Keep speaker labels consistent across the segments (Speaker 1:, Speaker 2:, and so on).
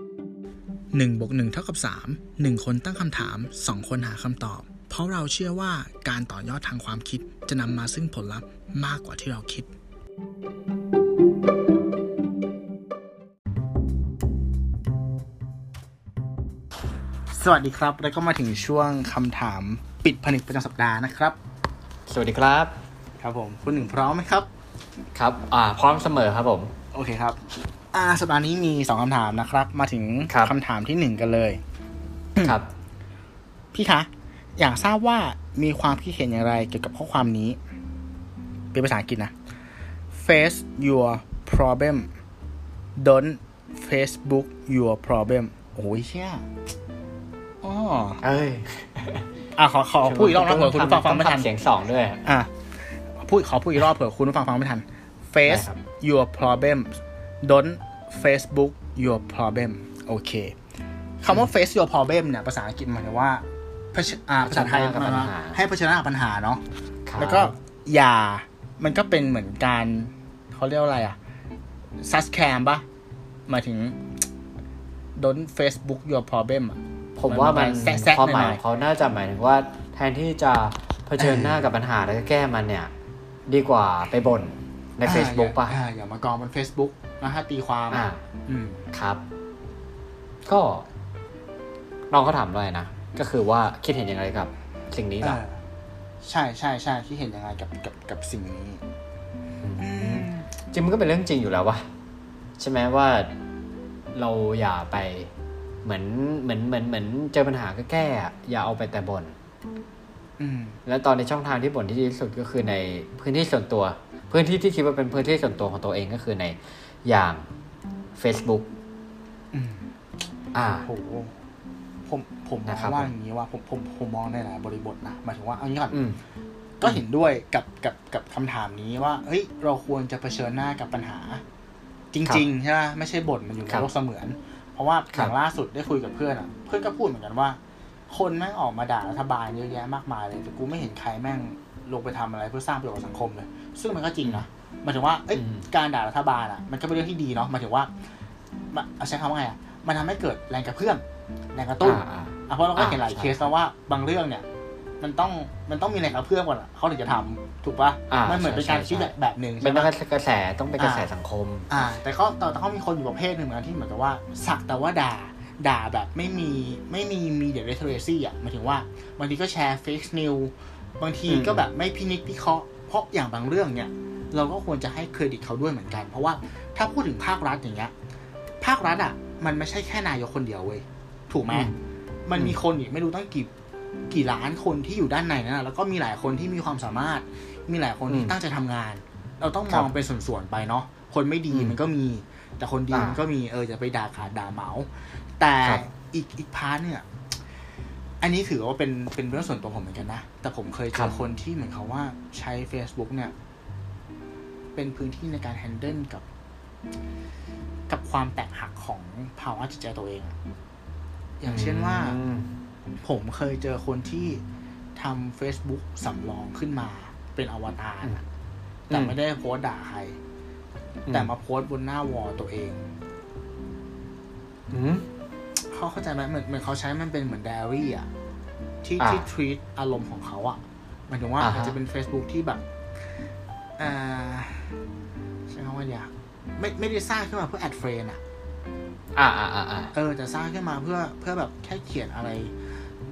Speaker 1: 1บวก1เท่ากับ3 1 คนตั้งคำถาม 2 คนหาคำตอบ เพราะเราเชื่อว่าการต่อยอดทางความคิดจะนำมาซึ่งผลลัพธ์มากกว่าที่เราคิด สวัสดีครับ แล้วก็มาถึงช่วงคำถามปิดผนึกประจำสัปดาห์นะครับ
Speaker 2: สวัสดีครับ
Speaker 1: ครับผมคุณหนึ่งพร้อมไหมครับ
Speaker 2: ครับ อ่า พร้อมเสมอครับผม
Speaker 1: โอเคครับ อ่าสัปดาห์นี้มี 2คำถามนะครับ มาถึง
Speaker 2: ครับ
Speaker 1: คำถามทีหนึ่1 กันเลย
Speaker 2: ครับ
Speaker 1: พี่คะ อยากทราบว่ามีความคิดเห็นอย่างไรเกี่ยวกับข้อความนี้ เป็นภาษาอังกฤษนะ face your problem don't Facebook your problem โอ้ยเชี่ยอ๋อ
Speaker 2: เอ้ย
Speaker 1: อ่ะขอขอพูดอีกรอบนะเผื่อคุณผู้ฟัง
Speaker 2: ต้อ
Speaker 1: ฟังไม่ทัน
Speaker 2: ทำเสียงสองด้วย
Speaker 1: อ่ะพูดขอพูดอีกรอบเผื่อคุณผู้ฟังฟังไม่ทัน face
Speaker 2: ได้ครับ
Speaker 1: your problem don't Facebook your problem โอเคคำว่า face your problem เนี่ย ภาษาอังกฤษหมายถึงว่าเผชิญอ่าภาษาไทย
Speaker 2: เผชิญหน้ากับ
Speaker 1: หมายถึงว่า
Speaker 2: ปัญหา
Speaker 1: ให้เผชิญหน้ากับปัญหาเนาะ
Speaker 2: ครับ
Speaker 1: แล้วก็อย่า มันก็เป็นเหมือนการเขาเรียกว่าอะไรอะซัสแคมปะหมายถึง don't Facebook your problem อะ
Speaker 2: ผมว่ามัน
Speaker 1: แซะๆ
Speaker 2: ความหมา
Speaker 1: หน่อ
Speaker 2: ย
Speaker 1: ยๆ
Speaker 2: เขาน่าจะหมายถึงว่า แทนที่จะเผชิญหน้ากับปัญหาแล้วก็แก้มันเนี่ย ดีกว่าไปบ่นใน Facebook ป่ะ
Speaker 1: อ่าอย่ามากองบน Facebook นะฮะตีความ
Speaker 2: อ่า
Speaker 1: อืม
Speaker 2: ครับ ก็ น้องเขาถามอะไรนะ ก็คือว่าคิดเห็นอย่างไรกับ สิ่งนี้ล่ะ
Speaker 1: เออใช่ใช่ใช่ที่เห็นยังไงกับกับกับสิ่งนี้
Speaker 2: จริงมันก็เป็นเรื่องจริงอยู่แล้ววะใช่ไหมว่าเราอย่าไปเหมือนเหมือนเหมือนเหมือนเจอปัญหาก็แก้อะอย่าเอาไปแต่บน่น
Speaker 1: อืม
Speaker 2: และตอนในช่องทางที่บ่นที่ดีที่สุดก็คือในพื้นที่ส่วนตัว พื้นที่ที่คิดว่าเป็นพื้นที่ส่วนตัวของตัวเองก็คือในอย่าง Facebook
Speaker 1: อืม
Speaker 2: อ่า
Speaker 1: โหผมผมม
Speaker 2: นะครั
Speaker 1: อบ งว่าอย่างนี้ว่าผมผมผมมองในหลายบริบทนะหมายถึงว่าเอางี้ก่อน
Speaker 2: อืม
Speaker 1: ก็เห็นด้วยกับกับกับคำถามนี้ว่า เฮ้ย เราควรจะเผชิญหน้ากับปัญหา จริง ๆ ใช่ไหมไม่ใช่บ่นมันอยู่ใน
Speaker 2: ครับ
Speaker 1: โลกเสมือน เพราะว่า
Speaker 2: ค
Speaker 1: อ
Speaker 2: รับ
Speaker 1: ย่างล่าสุดได้คุยกับเพื่อนอ่ะ เพื่อนก็พูดเหมือนกันว่า คนแม่งออกมาด่ารัฐบาลเยอะแยะมากมายเลยแต่กูไม่เห็นใครแม่งลงไปทำอะไรเพื่อสร้างประโยชน์กับสังคมเลย ซึ่งมันก็จริงนะหมายถึงว่าเอ้ย
Speaker 2: อืม
Speaker 1: การด่ารัฐบาลอ่ะ มันก็เป็นเรื่องที่ดีเนาะหมายถึงว่ามันเอาใช้คำว่าไงอ่ะมันทำให้เกิดแรงกระเพื่อมแรงกระตุ้น
Speaker 2: อ่า
Speaker 1: อ่ะเพราะเราก็เห็นหลาย
Speaker 2: อ่าใช่
Speaker 1: เคสแล้วว่าบางเรื่องเนี่ย มันต้องมันต้องมีแรงกระเพื่อมก่อนอะเขาถึงจะทำถูกปะ
Speaker 2: อ่ามั
Speaker 1: มันเหมือนเป็นการคิด
Speaker 2: ใช่ใช่
Speaker 1: แบบหนึ่ง
Speaker 2: เป็
Speaker 1: ใช่
Speaker 2: น
Speaker 1: ไหม
Speaker 2: กระแสต้องเป็นกระแสสังคม
Speaker 1: อ่า แต่ก็แต่เขามีคนอยู่ประเภทหนึ่งเหมือนกันที่เหมือนกับว่า สักแต่ว่าด่าด่าแบบไม่มีไม่มีมีเดียเรทเทเรซี่อ่ะหมายถึงว่าบางทีก็แชร์เฟซนิวบางที
Speaker 2: อืม
Speaker 1: ก็แบบไม่พินิจพิเคราะห์เพราะอย่างบางเรื่องเนี่ย เราก็ควรจะให้เครดิตเขาด้วยเหมือนกัน เพราะว่าถ้าพูดถึงภาครัฐอย่างเงี้ยภาครัฐอ่ะ มันไม่ใช่แค่นายกคนเดียวเว้ยถูกไหม
Speaker 2: อืม
Speaker 1: มัน
Speaker 2: อืม
Speaker 1: มีคนอีกไม่รู้ตั้งกี่กี่ล้านคนที่อยู่ด้านในนั้นนะแล้วก็มีหลายคนที่มีความสามารถ มีหลายคนที่
Speaker 2: อืม
Speaker 1: ตั้งใจทำงาน เราต้องม
Speaker 2: ครับ
Speaker 1: องเป็นส่วนๆไปเนาะคนไม่ดี
Speaker 2: อืม
Speaker 1: มันก็มี แต่คนดี
Speaker 2: อ่ามั
Speaker 1: มันก็มีเอออย่าไปด่าขาดด่าเหมา แต่
Speaker 2: ครับ
Speaker 1: อีกอีกพาร์ทเนี่ย อันนี้ถือว่าเป็นเป็นเรื่องส่วนตัวผมเหมือนกันนะ แต่ผมเคยเจ
Speaker 2: ครั
Speaker 1: อบ คนที่เหมือนเขาว่าใช้ Facebook เนี่ย เป็นพื้นที่ในการแฮนเดิลกับ กับความแตกหักของภาวะจิตใจตัวเองอะอย่างเช่นว่า
Speaker 2: อืม
Speaker 1: ผมเคยเจอคนที่ทำ Facebook สำรองขึ้นมาเป็นอวตารอะแต่
Speaker 2: อืม
Speaker 1: ไม่ได้โพสต์ด่าใคร แต่มาโพสต์บนหน้าวอลตัวเอง
Speaker 2: อืม
Speaker 1: เขาเข้าใจไหมเหมือนเหมือนเขาใช้มันเป็นเหมือนไดอารี่อะที่
Speaker 2: อ่า
Speaker 1: ที่ treat อารมณ์ของเขาอะหมายถึงว่า
Speaker 2: อ่าฮะ
Speaker 1: อาจจะเป็น Facebook ที่แบบอ่าใช้คำว่าอยากไม่ไม่ได้สร้างขึ้นมาเพื่อแอดเฟรนอะ
Speaker 2: อ่าอ่าอ่าอ่า
Speaker 1: เออแต่สร้างขึ้นมาเพื่อเพื่อแบบแค่เขียนอะไร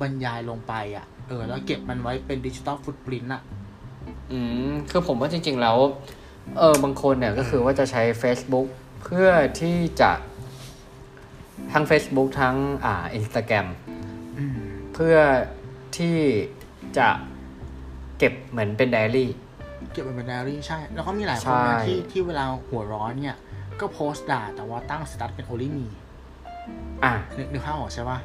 Speaker 1: บรรยายลงไปอ่ะ เออ แล้วเก็บมันไว้เป็นดิจิตอลฟุตปรินต์อ่ะ
Speaker 2: อืมคือผมว่าจริง ๆ แล้ว เออบางคนเนี่ยก็คือว่าจะใช้ Facebook เพื่อที่จะทั้ง Facebook ทั้งอ่าอินสตาแกรม
Speaker 1: อืม
Speaker 2: เพื่อที่จะเก็บเหมือนเป็นไดอารี่
Speaker 1: เก็บมันเป็นไดอารี่ใช่ แล้วก็มีหลายคน
Speaker 2: ใช่
Speaker 1: นะที่ที่เวลาหัวร้อนเนี่ย ก็โพสต์ด่าแต่ว่าตั้งสตัตเป็นโอลิมี
Speaker 2: อ่ะ
Speaker 1: นึกนึกภาพออกใช่ป่ะ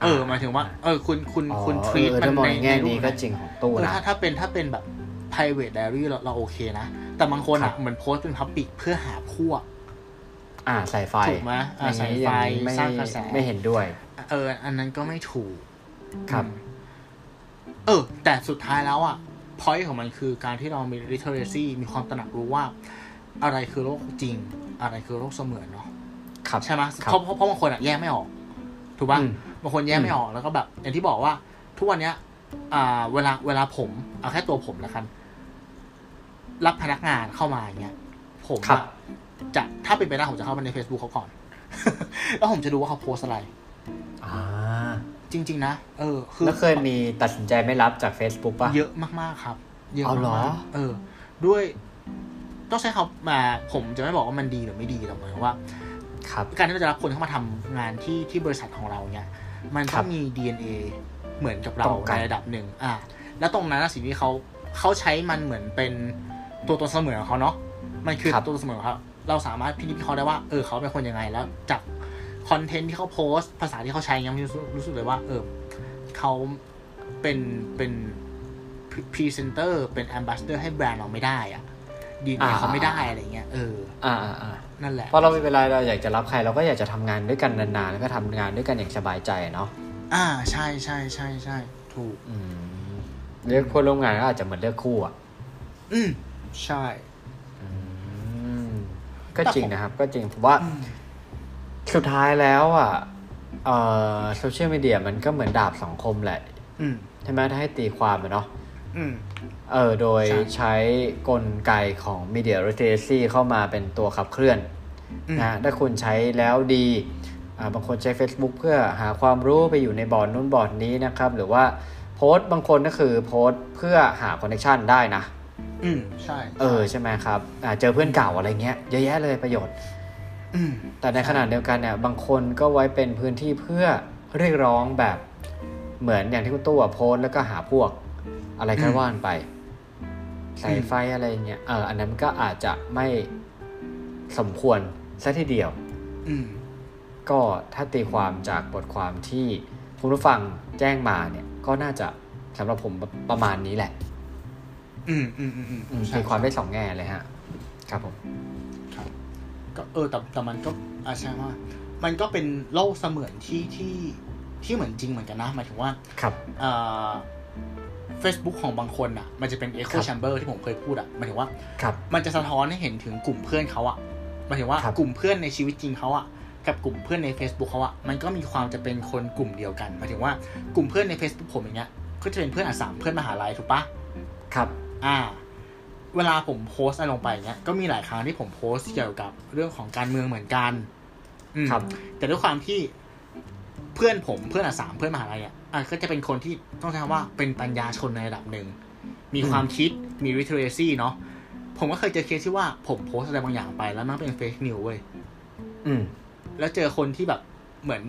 Speaker 1: เออหมายถึงว่า เออ คุณคุณ
Speaker 2: อ๋อ
Speaker 1: คุณทรีต
Speaker 2: เอ
Speaker 1: มั
Speaker 2: อถ้านมอง
Speaker 1: ใน
Speaker 2: ในแง่
Speaker 1: รู
Speaker 2: นี้
Speaker 1: ป
Speaker 2: ก็
Speaker 1: นั้น
Speaker 2: จริงของตู้
Speaker 1: เออ
Speaker 2: นะ
Speaker 1: ถ้าถ้าเป็นถ้าเป็นแบบ private diary เราเราโอเคนะ แต่บางคน
Speaker 2: ครั
Speaker 1: อ่ะ
Speaker 2: บ
Speaker 1: เหมือนโพสต์เป็น public เพื่อหาพวก
Speaker 2: อ่าสายไฟ
Speaker 1: ถูกไหมอ่า
Speaker 2: อย่งนี้
Speaker 1: สายไฟ
Speaker 2: องนี้ไม่
Speaker 1: สร้างกระแส
Speaker 2: ไม่เห็นด้วย
Speaker 1: เออ อันนั้นก็ไม่ถูก
Speaker 2: ครับ
Speaker 1: เออ แต่สุดท้ายแล้วอะ point ของมันคือการที่เรามี literacy มีความตระหนักรู้ว่า อะไรคือโรคจริง อะไรคือโรคเสมือนเนาะ
Speaker 2: ครับ
Speaker 1: ใช่ไหม
Speaker 2: ครับ
Speaker 1: เพราะเพราะเพราะบางคนอะแยกไม่ออก ถูกป่ะ
Speaker 2: อืม
Speaker 1: บางคนแยกไม่ออกแล้วก็แบบ อย่างที่บอกว่า ทุกวันเนี้ย อ่า เวลาเวลาผมเอาแค่ตัวผมละกัน รับพนักงานเข้ามาอย่างเงี้ยผม
Speaker 2: ครับ
Speaker 1: อะจะถ้าเป็นไปได้ผมจะเข้าไปใน Facebook เขาก่อน แล้วผมจะดูว่าเขาโพสต์อะไร
Speaker 2: อ่า
Speaker 1: จริง ๆ นะเออ คือ
Speaker 2: แล้วเคยมีตัดสินใจไม่รับจาก Facebook ป่ะ
Speaker 1: เยอะมาก ๆ ครับ เยอะ
Speaker 2: เอาเหรอ
Speaker 1: มากๆเออ ด้วย ต้องใช้คำมาผมจะไม่บอกว่ามันดีหรือไม่ดีหรอกหมายความว่า
Speaker 2: ครับ
Speaker 1: การที่เราจะรับคนเข้ามาทำงานที่ที่บริษัทของเราเนี่ยมัน
Speaker 2: ค
Speaker 1: ต้อ
Speaker 2: รั
Speaker 1: บ งมี DNA เหมือนกับเรา
Speaker 2: ตรงกัน
Speaker 1: ในระดับหนึ่งอ่ะแล้วตรงนั้นนะสิ่งที่เขาเขาใช้มันเหมือนเป็นตัวตนเสมือนของเขาเนาะมันคือตัวตนเสมือนของเขาเราสามารถพินิจพิเคราะห์ได้ว่าเออเขาเป็นคนยังไงแล้วจากคอนเทนต์ที่เขาโพสต์ ภาษาที่เขาใช้เนี่ยมันรู้สึกรู้สึกเลยว่าเออเขาเป็นเป็นพรีเซนเตอร์เป็นแอมบาสเดอร์ให้แบรนด์เราไม่ได้อะดีเเขาไม่ได้อะไรเงี้ยเออ
Speaker 2: อ่าอ่าอ่า
Speaker 1: นั่นแหละ
Speaker 2: เพราะเราเวลาเราอยากจะรับใครเราก็อยากจะทำงานด้วยกันนานๆแล้วก็ทำงานด้วยกันอย่างสบายใจเนาะ
Speaker 1: อ่าใช่ใช่ใช่ใช่ถูก
Speaker 2: อืมเลือกคนร่วมงานก็อาจจะเหมือนเลือกคู่อ่ะ
Speaker 1: อืมใช่
Speaker 2: อืมก็จริงนะครับ ก็จริงผมว่า สุดท้ายแล้วอ่ะเอ่อโซเชียลมีเดียมันก็เหมือนดาบสองคมแหละ
Speaker 1: อืม
Speaker 2: ใช่ไหมถ้าให้ตีความอะเนาะ
Speaker 1: อืม
Speaker 2: เออโดย
Speaker 1: ใช่
Speaker 2: ใช้กลไกของ Media Literacy เข้ามาเป็นตัวขับเคลื่อน
Speaker 1: อืม
Speaker 2: นะถ้าคุณใช้แล้วดีอ่าบางคนใช้ Facebook เพื่อหาความรู้ไปอยู่ในบอร์ดนู้นบอร์ดนี้นะครับ หรือว่าโพสต์บางคนก็คือโพสต์เพื่อหาคอนเน t ชันได้นะ
Speaker 1: อืมใช่
Speaker 2: เออ ใช่ไหมครับอ่าเจอเพื่อนเก่าอะไรเงี้ยเยอะแยะเลยประโยชน์
Speaker 1: อืม
Speaker 2: แต่ในขณะเดียวกันเนี่ยบางคนก็ไว้เป็นพื้นที่เพื่อเรียกร้องแบบเหมือนอย่างที่คุณตู้อะโพสต์แล้วก็หาพวก อะไรก็ว่านไปสายไฟอะไรเงี้ยเอออันนั้นก็อาจจะไม่สมควรซะทีเดียว
Speaker 1: อืม
Speaker 2: ก็ถ้าตีความจากบทความที่คุณผู้ฟังแจ้งมาเนี่ย ก็น่าจะสำหรับผมประมาณนี้แหละ
Speaker 1: อืมอืมอืมอืม
Speaker 2: อืม
Speaker 1: ใช่
Speaker 2: ตีความได้สองแง่เลยฮะ ครับผม
Speaker 1: ครับก็เออแต่แต่มันก็อาใช่ว่ามันก็เป็นโลกเสมือนที่ที่ที่เหมือนจริงเหมือนกันนะหมายถึงว่า
Speaker 2: ครับ
Speaker 1: เอ่อ Facebook ของบางคนอ่ะ มันจะเป็น
Speaker 2: ครั
Speaker 1: Echo
Speaker 2: บ
Speaker 1: Chamber ที่ผมเคยพูดอ่ะหมายถึงว่า
Speaker 2: ครับ
Speaker 1: มันจะสะท้อนให้เห็นถึงกลุ่มเพื่อนเขาอะหมายถึงว่า
Speaker 2: ครับ
Speaker 1: กลุ่มเพื่อนในชีวิตจริงเขาอะกับกลุ่มเพื่อนใน Facebook เขาอะมันก็มีความจะเป็นคนกลุ่มเดียวกันหมายถึงว่ากลุ่มเพื่อนใน Facebook ผมอย่างเงี้ยก็จะเป็นเพื่อนอันสามเพื่อนมหาลัยถูกปะ
Speaker 2: ครับ
Speaker 1: อ่า เวลาผมโพสต์อะไรลงไปเงี้ยก็มีหลายครั้งที่ผมโพสต์เกี่ยวกับเรื่องของการเมืองเหมือนกันอืม
Speaker 2: ครับ
Speaker 1: แต่ด้วยความที่เพื่อนผมเพื่อนอ่ะสามเพื่อนมหาลัยอ่ะอ่ะก็จะเป็นคนที่ต้องใช้คำว่าเป็นปัญญาชนในระดับหนึ่ง มีความคิดมี literacy เนาะผมก็เคยเจอเคสที่ว่าผมโพสต์อะไรบางอย่างไปแล้วมันเป็น fake news เว้ย
Speaker 2: อืม
Speaker 1: แล้วเจอคนที่แบบเหมือน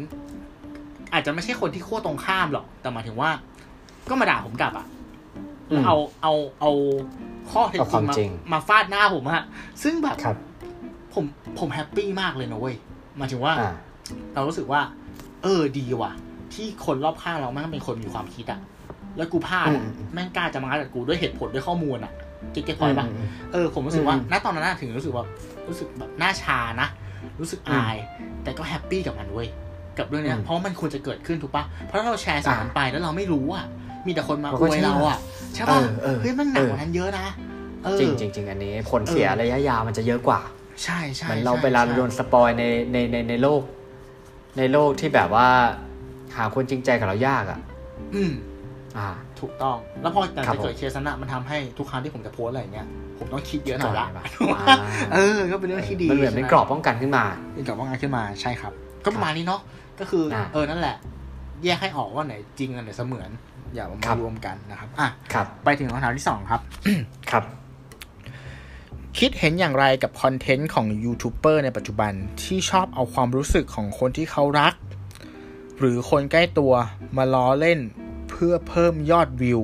Speaker 1: อาจจะไม่ใช่คนที่ขั้วตรงข้ามหรอก แต่หมายถึงว่า ก็มาด่าผมกลับอะ
Speaker 2: อืม
Speaker 1: แล้วเอาเอาเอาข้อเท็จ
Speaker 2: เอา
Speaker 1: จ
Speaker 2: ความจริ
Speaker 1: ริ
Speaker 2: ง
Speaker 1: งมามาฟาดหน้าผมอะซึ่งแบบ
Speaker 2: ครับ
Speaker 1: ผมผมแฮปปี้มากเลยนะเว้ยหมายถึงว่า
Speaker 2: อ่า
Speaker 1: เรารู้สึกว่า เออดีว่ะ ที่คนรอบข้างเราแม่งเป็นคนมีความคิดอะแล้วกูพลาดอะ
Speaker 2: อืมอืม
Speaker 1: แม่งกล้าจะมาแต่กูด้วยเหตุผลด้วยข้อมูลอะเก็ตพอยปะ
Speaker 2: มม
Speaker 1: เออผมรู้สึกว่า
Speaker 2: อืม
Speaker 1: ณตอนนั้นน่ะถึงรู้สึกว่ารู้สึกแบบหน้าชานะ รู้สึกอาย แต่ก็แฮปปี้กับมันเว้ยกับเรื่องเนี้ย
Speaker 2: อืม
Speaker 1: เพราะมันควรจะเกิดขึ้นถูกปะเพราะถ้าเราแชร์สาร
Speaker 2: อ่า
Speaker 1: ไปแล้วเราไม่รู้อะมีแต่คนมา
Speaker 2: เรา
Speaker 1: อ
Speaker 2: ก็
Speaker 1: วยเราอะใช่ปะ
Speaker 2: เออเออ
Speaker 1: เฮ้ยมันหนักกว่า
Speaker 2: เออ
Speaker 1: นั้นเยอะนะเออ
Speaker 2: จริงจริงจริงอันนี้ผลเสีย
Speaker 1: เออ
Speaker 2: ระยะยาวมันจะเยอะกว่า
Speaker 1: ใช่ใช่
Speaker 2: เหมือนเรา
Speaker 1: ใช่
Speaker 2: เวลาเรา
Speaker 1: ใช่
Speaker 2: โดนสปอยในในในในโลก ในโลกที่แบบว่า หาคนจริงใจกับเรายากอ่ะ
Speaker 1: อืม
Speaker 2: อ่า
Speaker 1: ถูกต้อง แล้วพอแต่
Speaker 2: ครับ
Speaker 1: จะเกิด
Speaker 2: ผม
Speaker 1: เคสนั้นอะมันทำให้ทุกครั้งที่ผมจะโพสต์อะไรอย่างเงี้ย ผมต้องคิดเยอะหน่อยละ
Speaker 2: ปะ
Speaker 1: เออ ก็เป็นเรื่องที่ดี
Speaker 2: มันเหมือนเป็น
Speaker 1: ใช่ไ
Speaker 2: กรอบป้องกันขึ้นมา
Speaker 1: เป็นกรอบว่างานขึ้นมาใช่ครับ ก็ประมาณนี้เนาะ ก็คือ
Speaker 2: อ่า
Speaker 1: เออ นั่นแหละ แยกให้ออกว่าไหนจริงอันไหนเสมือน อย่ามา
Speaker 2: ครับ
Speaker 1: รวมกันนะครับ อ่ะ
Speaker 2: ครับ
Speaker 1: ไปถึงคำถามที่สองครับ
Speaker 2: ครับ
Speaker 1: คิดเห็นอย่างไรกับคอนเทนต์ของยูทูบเบอร์ในปัจจุบันที่ชอบเอาความรู้สึกของคนที่เขารัก หรือคนใกล้ตัวมาล้อเล่นเพื่อเพิ่มยอดวิว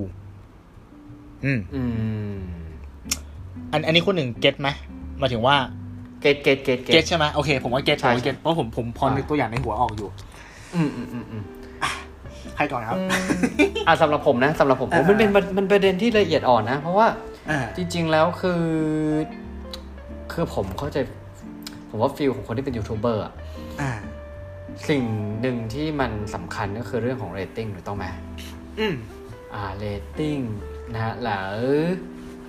Speaker 1: อืม
Speaker 2: อืม
Speaker 1: อันอันนี้คุณหนึ่งเก็ตไหมหมายถึงว่า
Speaker 2: เกตเกตเกต
Speaker 1: เก็ตใช่ไหมโอเค ผมว่าเก็ตผ
Speaker 2: ใช่
Speaker 1: มว่าเก็ตเพราะผมผมพอ
Speaker 2: ใช่
Speaker 1: นึกตัวอย่างในหัวออกอยู่
Speaker 2: อืมอืมอืมอืม
Speaker 1: ใครก่อนครับ
Speaker 2: อ่าสำหรับผมนะสำหรับผมผมมันเป็นมันมันประเด็นที่ละเอียดอ่อนนะ เพราะว่า
Speaker 1: อ่า
Speaker 2: จริงๆ แล้วคือ คือผมเข้าใจ ผมว่าฟิลของคนที่เป็นยูทูบเบอร์อะ
Speaker 1: อ่า
Speaker 2: สิ่งหนึ่งที่มันสำคัญก็คือเรื่องของเรตติ้งถูกต้องไหม
Speaker 1: อืม
Speaker 2: อ่าเรตติ้งนะฮะหรือ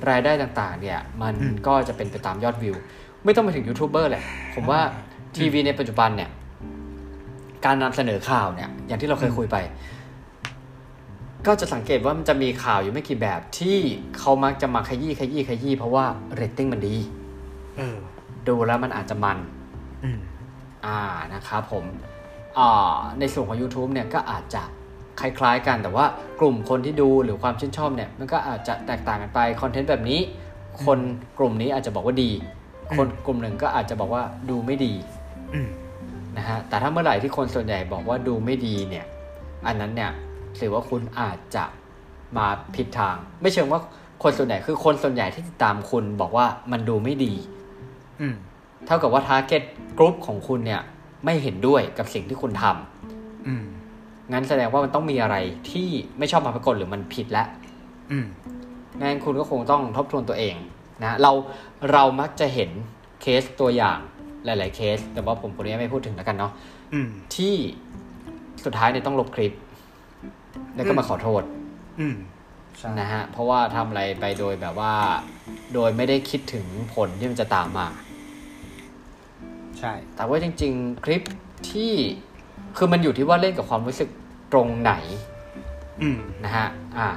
Speaker 2: รายได้ต่างๆ เนี่ย มัน
Speaker 1: อืม
Speaker 2: ก็จะเป็นไปตามยอดวิว ไม่ต้องไปถึงยูทูบเบอร์แหละ ผมว่าทีวีในปัจจุบันเนี่ย การนำเสนอข่าวเนี่ย อย่างที่เราเคยคุยไป ก็จะสังเกตว่ามันจะมีข่าวอยู่ไม่กี่แบบที่เขามักจะมาขยี้ขยี้ขยี้เพราะว่าเรตติ้งมันดี
Speaker 1: เออ
Speaker 2: ดูแล้วมันอาจจะมัน
Speaker 1: อืม
Speaker 2: อ่านะครับผมอ่าในส่วนของ YouTube เนี่ยก็อาจจะคล้ายๆกันแต่ว่ากลุ่มคนที่ดูหรือความชื่นชอบเนี่ยมันก็อาจจะแตกต่างกันไปคอนเทนต์แบบนี้ คนกลุ่มนี้อาจจะบอกว่าดี คนกลุ่มหนึ่งก็อาจจะบอกว่าดูไม่ดี
Speaker 1: อืม
Speaker 2: นะฮะแต่ถ้าเมื่อไหร่ที่คนส่วนใหญ่บอกว่าดูไม่ดีเนี่ยอันนั้นเนี่ยถือว่าคุณอาจจะมาผิดทาง ไม่เชิงว่าคนส่วนใหญ่คือคนส่วนใหญ่ที่ติดตามคุณบอกว่ามันดูไม่ดี
Speaker 1: อืม
Speaker 2: เท่ากับว่า Target Group ของคุณเนี่ย ไม่เห็นด้วยกับสิ่งที่คุณทำ
Speaker 1: อืม
Speaker 2: งั้นแสดงว่ามันต้องมีอะไรที่ไม่ชอบมาพากลหรือมันผิดแล้ว
Speaker 1: อืม
Speaker 2: งั้นคุณก็คงต้องทบทวนตัวเองนะ เราเรามักจะเห็นเคสตัวอย่างหลาย ๆ เคส แต่ว่าผมคนนี้ไม่พูดถึงแล้วกันเนาะ
Speaker 1: อืม
Speaker 2: ที่สุดท้ายเนี่ยต้องลบคลิป แล้วก็มาขอโทษ
Speaker 1: อืม ใช่
Speaker 2: นะฮะ เพราะว่าทำอะไรไปโดยแบบว่า โดยไม่ได้คิดถึงผลที่มันจะตามมา
Speaker 1: ใช่
Speaker 2: แต่ว่าจริง ๆ คลิปที่คือมันอยู่ที่ว่าเล่นกับความรู้สึกตรงไหน
Speaker 1: อืม
Speaker 2: นะฮะ อ่า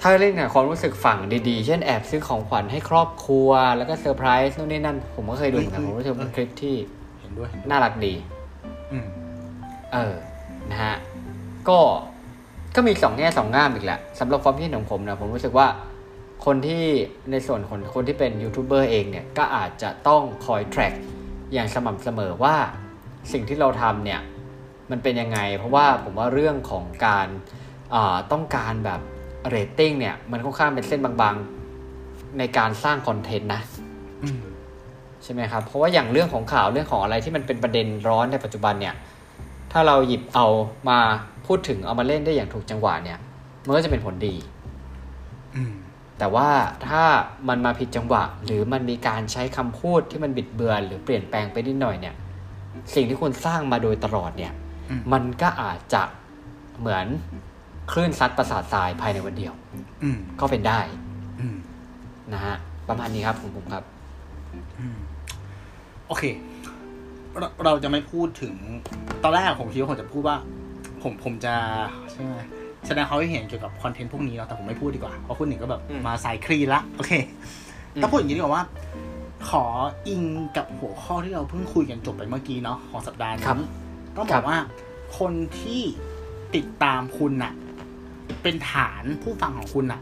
Speaker 2: ถ้าเล่นกับความรู้สึกฝั่งดีๆ เช่นแอบซื้อของขวัญให้ครอบครัว แล้วก็เซอร์ไพรส์นู่นนี่นั่น ผมก็เคยดูเหมือนกัน
Speaker 1: อืม
Speaker 2: ผมรู้สึกว่าเป็นคลิปที่
Speaker 1: เห็นด้วย
Speaker 2: น่ารักดี
Speaker 1: อืม
Speaker 2: เออ นะฮะ ก็ ก็มีสองแง่สองง่ามอีกแหละสำหรับความคิดเห็นของผมนะ ผมรู้สึกว่า คนที่ในส่วนของคนที่เป็นยูทูบเบอร์เองเนี่ย ก็อาจจะต้องคอย track อย่างสม่ำเสมอว่าสิ่งที่เราทำเนี่ย มันเป็นยังไง เพราะว่าผมว่าเรื่องของการอ่าต้องการแบบเรตติ้งเนี่ย มันค่อนข้างเป็นเส้นบางๆ ในการสร้างคอนเทนต์นะ
Speaker 1: อืม
Speaker 2: ใช่ไหมครับ เพราะว่าอย่างเรื่องของข่าวเรื่องของอะไรที่มันเป็นประเด็นร้อนในปัจจุบันเนี่ย ถ้าเราหยิบเอามาพูดถึงเอามาเล่นได้อย่างถูกจังหวะเนี่ย มันก็จะเป็นผลดี
Speaker 1: อืม
Speaker 2: แต่ว่าถ้ามันมาผิดจังหวะ หรือมันมีการใช้คำพูดที่มันบิดเบือน หรือเปลี่ยนแปลงไปนิดหน่อยเนี่ย สิ่งที่คุณสร้างมาโดยตลอดเนี่ย
Speaker 1: อืม
Speaker 2: มันก็อาจจะเหมือนคลื่นซัดประสาททรายภายในวันเดียว
Speaker 1: อืม
Speaker 2: ก็เป็นได้
Speaker 1: อืม
Speaker 2: นะฮะประมาณนี้ครับผมผมครับ
Speaker 1: อืมโอเคเราเราจะไม่พูดถึง ตอนแรกผมคิดว่าผมจะพูดว่า ผมผมจะใช่ไหมแสดงเขามคิดเห็นเกี่ยวกับคอนเทนต์พวกนี้เนาะแต่ผมไม่พูดดีกว่าเพราะคุณหนึ่งก็แบบ
Speaker 2: อืม
Speaker 1: มาสายคลีนละโอเค
Speaker 2: อืม
Speaker 1: ถ้าพูดอย่างนี้ดีกว่าว่า ขออิงกับหัวข้อที่เราเพิ่งคุยกันจบไปเมื่อกี้เนาะของสัปดาห์นี้ต้องบอกว่า คนที่ติดตามคุณน่ะ เป็นฐานผู้ฟังของคุณน่ะ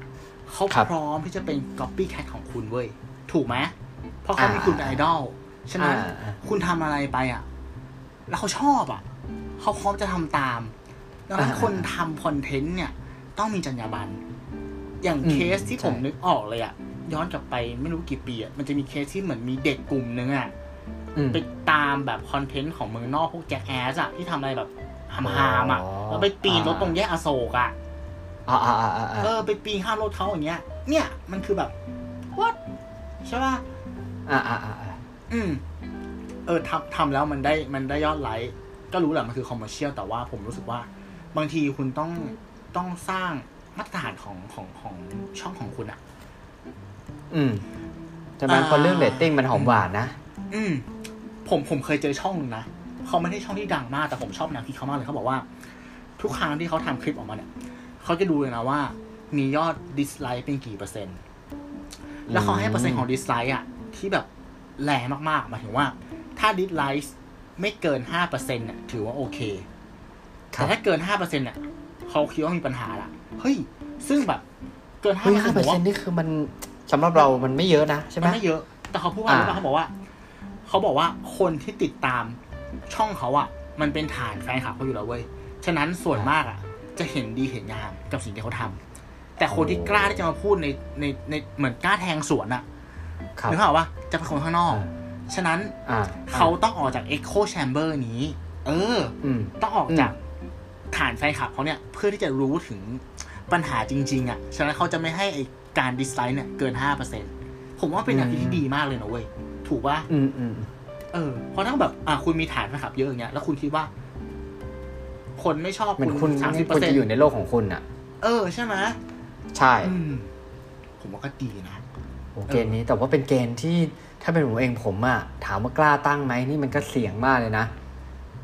Speaker 1: เขา
Speaker 2: ครับ
Speaker 1: พร้อมที่จะเป็น copycat ของคุณเว้ยถูกไหมเพราะเขา
Speaker 2: อ่า
Speaker 1: มีคุณเป็นไอดอล ฉะนั้น
Speaker 2: อ่าอ่า
Speaker 1: คุณทำอะไรไปอ่ะ แล้วเขาชอบอ่ะ เขาพร้อมจะทำตาม ดังนั้น
Speaker 2: อ่า
Speaker 1: คนทำคอนเทนต์เนี่ย ต้องมีจรรยาบรรณอย่าง
Speaker 2: อืม
Speaker 1: เคสที่ผม
Speaker 2: ใช่
Speaker 1: นึกออกเลยอ่ะ ย้อนกลับไปไม่รู้กี่ปีอ่ะมันจะมีเคสที่เหมือนมีเด็กกลุ่มนึงอ่ะ
Speaker 2: อืม
Speaker 1: ไปตามแบบคอนเทนต์ของเมืองนอกพวกแจ็คแอสอ่ะ ที่ทำอะไรแบบหามๆอ่ะ
Speaker 2: อ๋อ
Speaker 1: แล้วไปปีนรถตรงแยกอโศกอ่ะ
Speaker 2: อ่าอ่าอ่าอ่า
Speaker 1: เออไปปีนข้ามรถเขาอย่างเงี้ย เนี่ยมันคือแบบ what ใช่ป่ะ
Speaker 2: อ่าอ่าอ่าอ่า
Speaker 1: อืม เออทำทำแล้วมันได้มันได้ยอดไลค์ก็รู้แหละมันคือคอมเมอร์เชียลแต่ว่าผมรู้สึกว่า บางทีคุณต้องต้องสร้างมาตรฐานของของของช่องของคุณอะ
Speaker 2: อืมแต่มัน
Speaker 1: อ่า
Speaker 2: พอเรื่องเรตติ้งมันหอมหวานนะ
Speaker 1: อืม ผมผมเคยเจอช่องหนึงนะเขาไม่ได้ช่องที่ดังมากแต่ผมชอบแนวคิดเขามากเลยเขาบอกว่า ทุกครั้งที่เขาทำคลิปออกมาเนี่ยเขาจะดูเลยนะว่า มียอดดิสไลค์เป็นกี่เปอร์เซ็นต์ แล้วเขาให้เปอร์เซ็นต์ของดิสไลค์อะที่แบบแรงมากๆหมายถึงว่า ถ้าดิสไลค์ไม่เกินห้าเปอร์เซ็นต์่ะถือว่าโอเค
Speaker 2: ค
Speaker 1: แต่
Speaker 2: รับ
Speaker 1: ถ้าเกินห้าเปอร์เซ็นต์่ะเขาคิดว่ามีปัญหาละเฮ้ย ซึ่งแบบเกินห้า
Speaker 2: เฮ้ย
Speaker 1: เปอร์
Speaker 2: ห้า
Speaker 1: เซ็นต์ผมว่าน
Speaker 2: เปอร์เซ็ต์นี่คือมันสำหรับเรามันไม่เยอะนะ ใช่ไหม
Speaker 1: มันไม่เยอะ แต่เขาพูดว่าอะไร
Speaker 2: อ่า
Speaker 1: บ้างเขาบอกว่า เขาบอกว่าคนที่ติดตามช่องเขาอะมันเป็นฐานแฟนคลับเขาอยู่แล้วเว้ย ฉะนั้นส่วนมากอะจะเห็นดีเห็นงามกับสิ่งที่เขาทำแต่คนที่กล้าที่จะมาพูดในในในเหมือนกล้าแทงสวนอะ
Speaker 2: ครับ
Speaker 1: นึกภาพออกปะจะเป็นคนข้างนอก ฉะนั้น
Speaker 2: อ่า
Speaker 1: เขาต้องออกจาก Echo Chamber นี้ เออ
Speaker 2: อืม
Speaker 1: ต้องออกจากฐานแฟนคลับเขาเนี่ย เพื่อที่จะรู้ถึงปัญหาจริง ๆ อ่ะ ฉะนั้นเขาจะไม่ให้ไอ้การดีไซน์เนี่ยเกินห้าเปอร์เซ็นผมว่าเป็นอย่าง
Speaker 2: อื
Speaker 1: ที่
Speaker 2: ม
Speaker 1: ดีมากเลยนะเว้ย ถูกป่ะ
Speaker 2: อืมอืม
Speaker 1: เออ เพราะถ้าแบบ อ่ะคุณมีฐานแฟนคลับเยอะอย่างเงี้ย แล้วคุณคิดว่า คนไม่ชอบ
Speaker 2: เหมือนคุ
Speaker 1: คุณ ณสามสิบเปอ
Speaker 2: คุณ
Speaker 1: ร์เซ็น
Speaker 2: จะ
Speaker 1: ต์
Speaker 2: อยู่ในโลกของคุณอ่ะ
Speaker 1: เออ ใช่ไหม
Speaker 2: ใช่
Speaker 1: อืม ผมว่าก็ดีนะ
Speaker 2: โอ้เกณฑ์นี้แต่ว่าเป็นเกณฑ์ที่ถ้าเป็นผมเองผมอ่ะถามว่ากล้าตั้งไหมนี่มันก็เสี่ยงมากเลยนะ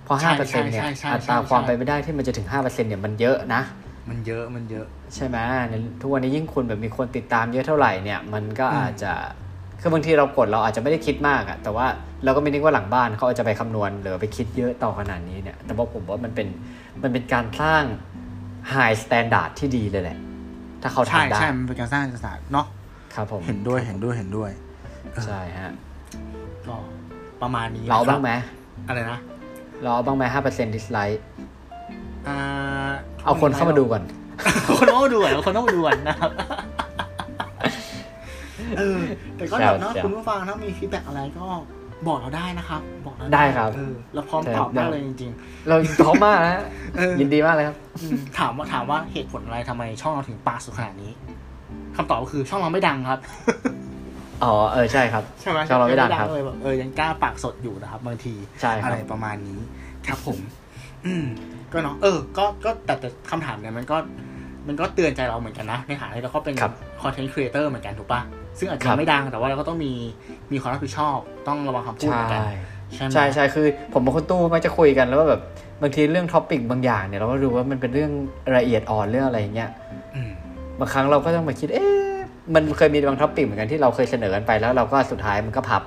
Speaker 2: เพราะ
Speaker 1: ใช่
Speaker 2: ห้าเปอร์เซ็นต์เนี่ย
Speaker 1: ใช่ใช่ใช่
Speaker 2: อัตราความ
Speaker 1: ใช่
Speaker 2: ไปนไม่ได้ที่มันจะถึงห้าเปอร์เซ็นต์เนี่ยมันเยอะนะ
Speaker 1: มันเยอะมันเยอะ
Speaker 2: ใช่ไหมในทุกวันนี้ยิ่งคุณแบบมีคนติดตามเยอะเท่าไหร่เนี่ยมันก็
Speaker 1: อืม
Speaker 2: อาจจะ คือบางทีเรากดเราอาจจะไม่ได้คิดมากอะแต่ว่าเราก็ไม่นึกว่าหลังบ้านเขาอาจจะไปคำนวณหรือไปคิดเยอะต่อขนาดนี้เนี่ย แต่ว่าผมว่ามันเป็นมันเป็นการสร้าง high standard ที่ดีเลยแหละ ถ้าเขา
Speaker 1: ใช่
Speaker 2: ทำได้
Speaker 1: ใช่มันเป็นการสร้างศาสตร์เนาะ
Speaker 2: ครับผม
Speaker 1: เห็นด้วยเห็นด้วยเห็นด้วย
Speaker 2: ใช่ฮะ
Speaker 1: ก็ประมาณนี้นะ
Speaker 2: เรา
Speaker 1: ค
Speaker 2: บ้างไหม
Speaker 1: อะไรนะ
Speaker 2: เราบ้างไหมห้าเปอร์เซ็นต์ดิสไลค์
Speaker 1: อ่า
Speaker 2: เอาคนเข้ามาดูก่อน
Speaker 1: คนเข้ามาดูก่อนเอาคนเข้ามาดูก่อนนะครับเออแต่ก็แบบเนาะ
Speaker 2: แซวแซว
Speaker 1: คุณผู้ฟังถ้ามีฟีดแบ็อะไรก็บอกเราได้นะครับ บอกเรา
Speaker 2: ได้ครับ
Speaker 1: เออเราพร้อม
Speaker 2: ใช่
Speaker 1: ต
Speaker 2: ครั
Speaker 1: อ
Speaker 2: บบ
Speaker 1: มาก
Speaker 2: ได้
Speaker 1: เลยจริง
Speaker 2: เราพร้อมมากนะ
Speaker 1: เออ
Speaker 2: ยินดีมากเลยครับ
Speaker 1: ๆอืมถามว่าถามว่าเหตุผลอะไรทำไมช่องเราถึงปาสุดขนาดนี้คำตอบก็คือช่องเราไม่ดังครับ
Speaker 2: อ๋อเออใช่ครับ
Speaker 1: ใช่ไหม
Speaker 2: ช่องเราไม่ดังครับ
Speaker 1: เลยแบบเออยังกล้าปากสดอยู่นะครับ บางที
Speaker 2: ใช่ค
Speaker 1: อะ
Speaker 2: รับ
Speaker 1: ไรประมาณนี้ ครับผม อืม ก็เนาะเออ ก็ก็แต่แต่คำถามเนี่ยมันก็ มันก็เตือนใจเราเหมือนกันนะในฐานะที่เราก็เป็น
Speaker 2: ครับ
Speaker 1: คอนเทนต์ครีเอเตอร์เหมือนกันถูกปะซึ่งอาจ
Speaker 2: ครั
Speaker 1: จะ
Speaker 2: บ
Speaker 1: ไม่ดังแต่ว่าเราก็ต้องมีมีความรับผิดชอบ ต้องระวังคำพูดเหมือนกัน
Speaker 2: ใช่
Speaker 1: ใช่ไหม
Speaker 2: ใช่ใช่คือผมกับคุณตู้มักจะคุยกันแล้วว่าแบบบางทีเรื่องท็อปิกบางอย่างเนี่ยเราก็รู้ว่ามันเป็นเรื่องละเอียดอ่อนเรื่องอะไรอย่างเงี้ย
Speaker 1: อืม
Speaker 2: บางครั้งเราก็ต้องมาคิดเอ๊ะมันเคยมีบางท็อปิกเหมือนกันที่เราเคยเสนอกันไปแล้วเราก็สุดท้ายมันก็พับ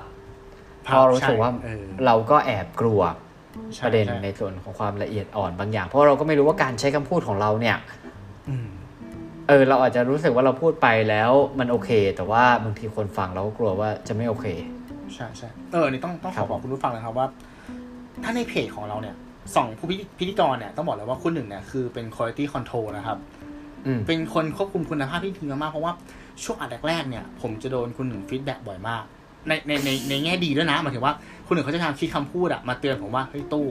Speaker 2: เพราะเรารู้สึกว่า
Speaker 1: เออ
Speaker 2: เราก็แอบกลัว
Speaker 1: ใช่
Speaker 2: ประเด็น
Speaker 1: ใช่
Speaker 2: ในส่วนของความละเอียดอ่อนบางอย่าง เพราะเราก็ไม่รู้ว่าการใช้คำพูดของเราเนี่ย
Speaker 1: อืม
Speaker 2: เออเราอาจจะรู้สึกว่าเราพูดไปแล้วมันโอเค แต่ว่าบางทีคนฟังเราก็กลัวว่าจะไม่โอเค
Speaker 1: ใช่ใช่เออนี่ต้องต้องข
Speaker 2: ครั
Speaker 1: อบ บอกคุณผู้ฟังเลยครับว่า ถ้าในเพจของเราเนี่ยสองผู้พิธีพิธีกรเนี่ยต้องบอกเลยว่าคุณหนึ่งเนี่ยคือเป็น quality control นะครับ
Speaker 2: อืม
Speaker 1: เป็นคนควบคุมคุณภาพที่ดีมากๆเพราะว่าช่วงอัดแรกๆเนี่ย ผมจะโดนคุณหนึ่งฟีดแบ็บ่อยมาก ในในในในแง่ดีด้วยนะหมายถึงว่าคุณหนึ่งเขาจะพยายามคิดคำพูดอะมาเตือนผมว่าเฮ้ยตู้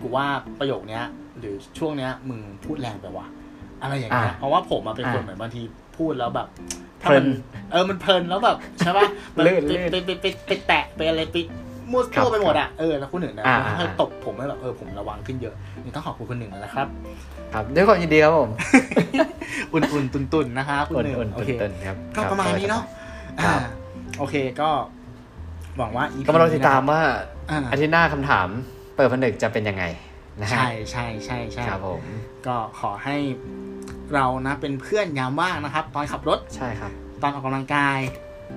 Speaker 1: กูว่าประโยคเนี้ย หรือช่วงเนี้ยมึงพูดแรงไปว่ะอะไรอย่างเงี้ยเพราะว่าผมมาเป็นคนเหมือนบางทีพูดแล้วแบบ
Speaker 2: เพ
Speaker 1: ถ้า
Speaker 2: ลิ
Speaker 1: มัน นเออมันเพลินแล้วแบบใช่ ป่ะมัน
Speaker 2: ลื่น
Speaker 1: ไป
Speaker 2: ลื่น
Speaker 1: ไปไปไปไปแตะไปอะไรไปมั่ว
Speaker 2: ครั
Speaker 1: ตัว
Speaker 2: บ
Speaker 1: ไปหมดอะเออแล้วคุณหนึ่งเนี่ย
Speaker 2: อ่า
Speaker 1: เขา
Speaker 2: อ่า
Speaker 1: ค่อยตบผมให้แบบเออผมระวังขึ้นเยอะนี่ต้องขอบคุณคุณหนึ่งนะครับ
Speaker 2: ครับด้วยความยินดีครับผม
Speaker 1: อุ่นๆตุนๆนะคะคุณ
Speaker 2: อุ่น
Speaker 1: หนึ่ง
Speaker 2: ๆ
Speaker 1: โอเค
Speaker 2: ตื่นๆครับ
Speaker 1: ก็ประมาณ
Speaker 2: คบ
Speaker 1: นี้เนาะ
Speaker 2: ครับ
Speaker 1: อ่าโอเคก็หวังว่า EP
Speaker 2: ก็มาลองติดตามว่า
Speaker 1: อ่า
Speaker 2: อาทิตย์หน้าคำถามเปิดผนึกจะเป็นยังไงนะฮะ
Speaker 1: ใช่ใช่ใช่ใช่
Speaker 2: ครับผม
Speaker 1: ก็ขอให้เรานะเป็นเพื่อนยามว่างนะครับ ตอนขับรถ
Speaker 2: ใช่ครับ
Speaker 1: ตอนออกกำลังกาย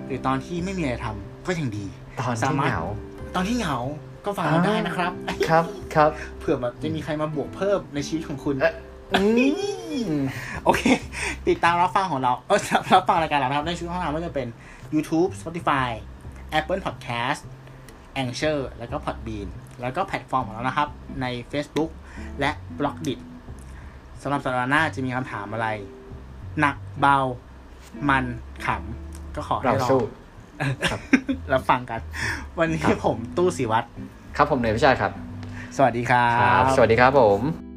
Speaker 1: หรือตอนที่ไม่มีอะไรทำก็ยังดี
Speaker 2: ตอน
Speaker 1: สา
Speaker 2: ที่
Speaker 1: มารถ
Speaker 2: เหงา
Speaker 1: ตอนที่เหงาก็ฟังเรา
Speaker 2: อ่า
Speaker 1: ได้นะครับ
Speaker 2: ครับครับ
Speaker 1: เผื่อแบบจะมีใครมาบวกเพิ่มในชีวิตของคุณ
Speaker 2: อืม
Speaker 1: โอเค ติดตามรับฟังของเราเออรับฟังรายการเรานะครับในช่วงทางไม่ว่าจะเป็น YouTube Spotify Apple Podcast a n c h o r แล้วก็ Podbean แล้วก็แพลตฟอร์มของเรานะครับ ใน Facebook และ b ล็อกดิสำหรับสัปดาห์หน้าจะมีคำถามอะไร หนักเบา มันขำก็ขอให้
Speaker 2: เรา
Speaker 1: ลอง
Speaker 2: สู้
Speaker 1: รับฟังกัน วันนี้
Speaker 2: ครับ
Speaker 1: ผมตู้สิวัตร
Speaker 2: ครับผมเหนอยพิชาติครับ
Speaker 1: สวัสดีครั
Speaker 2: ครับ บ สวัสดีครับผม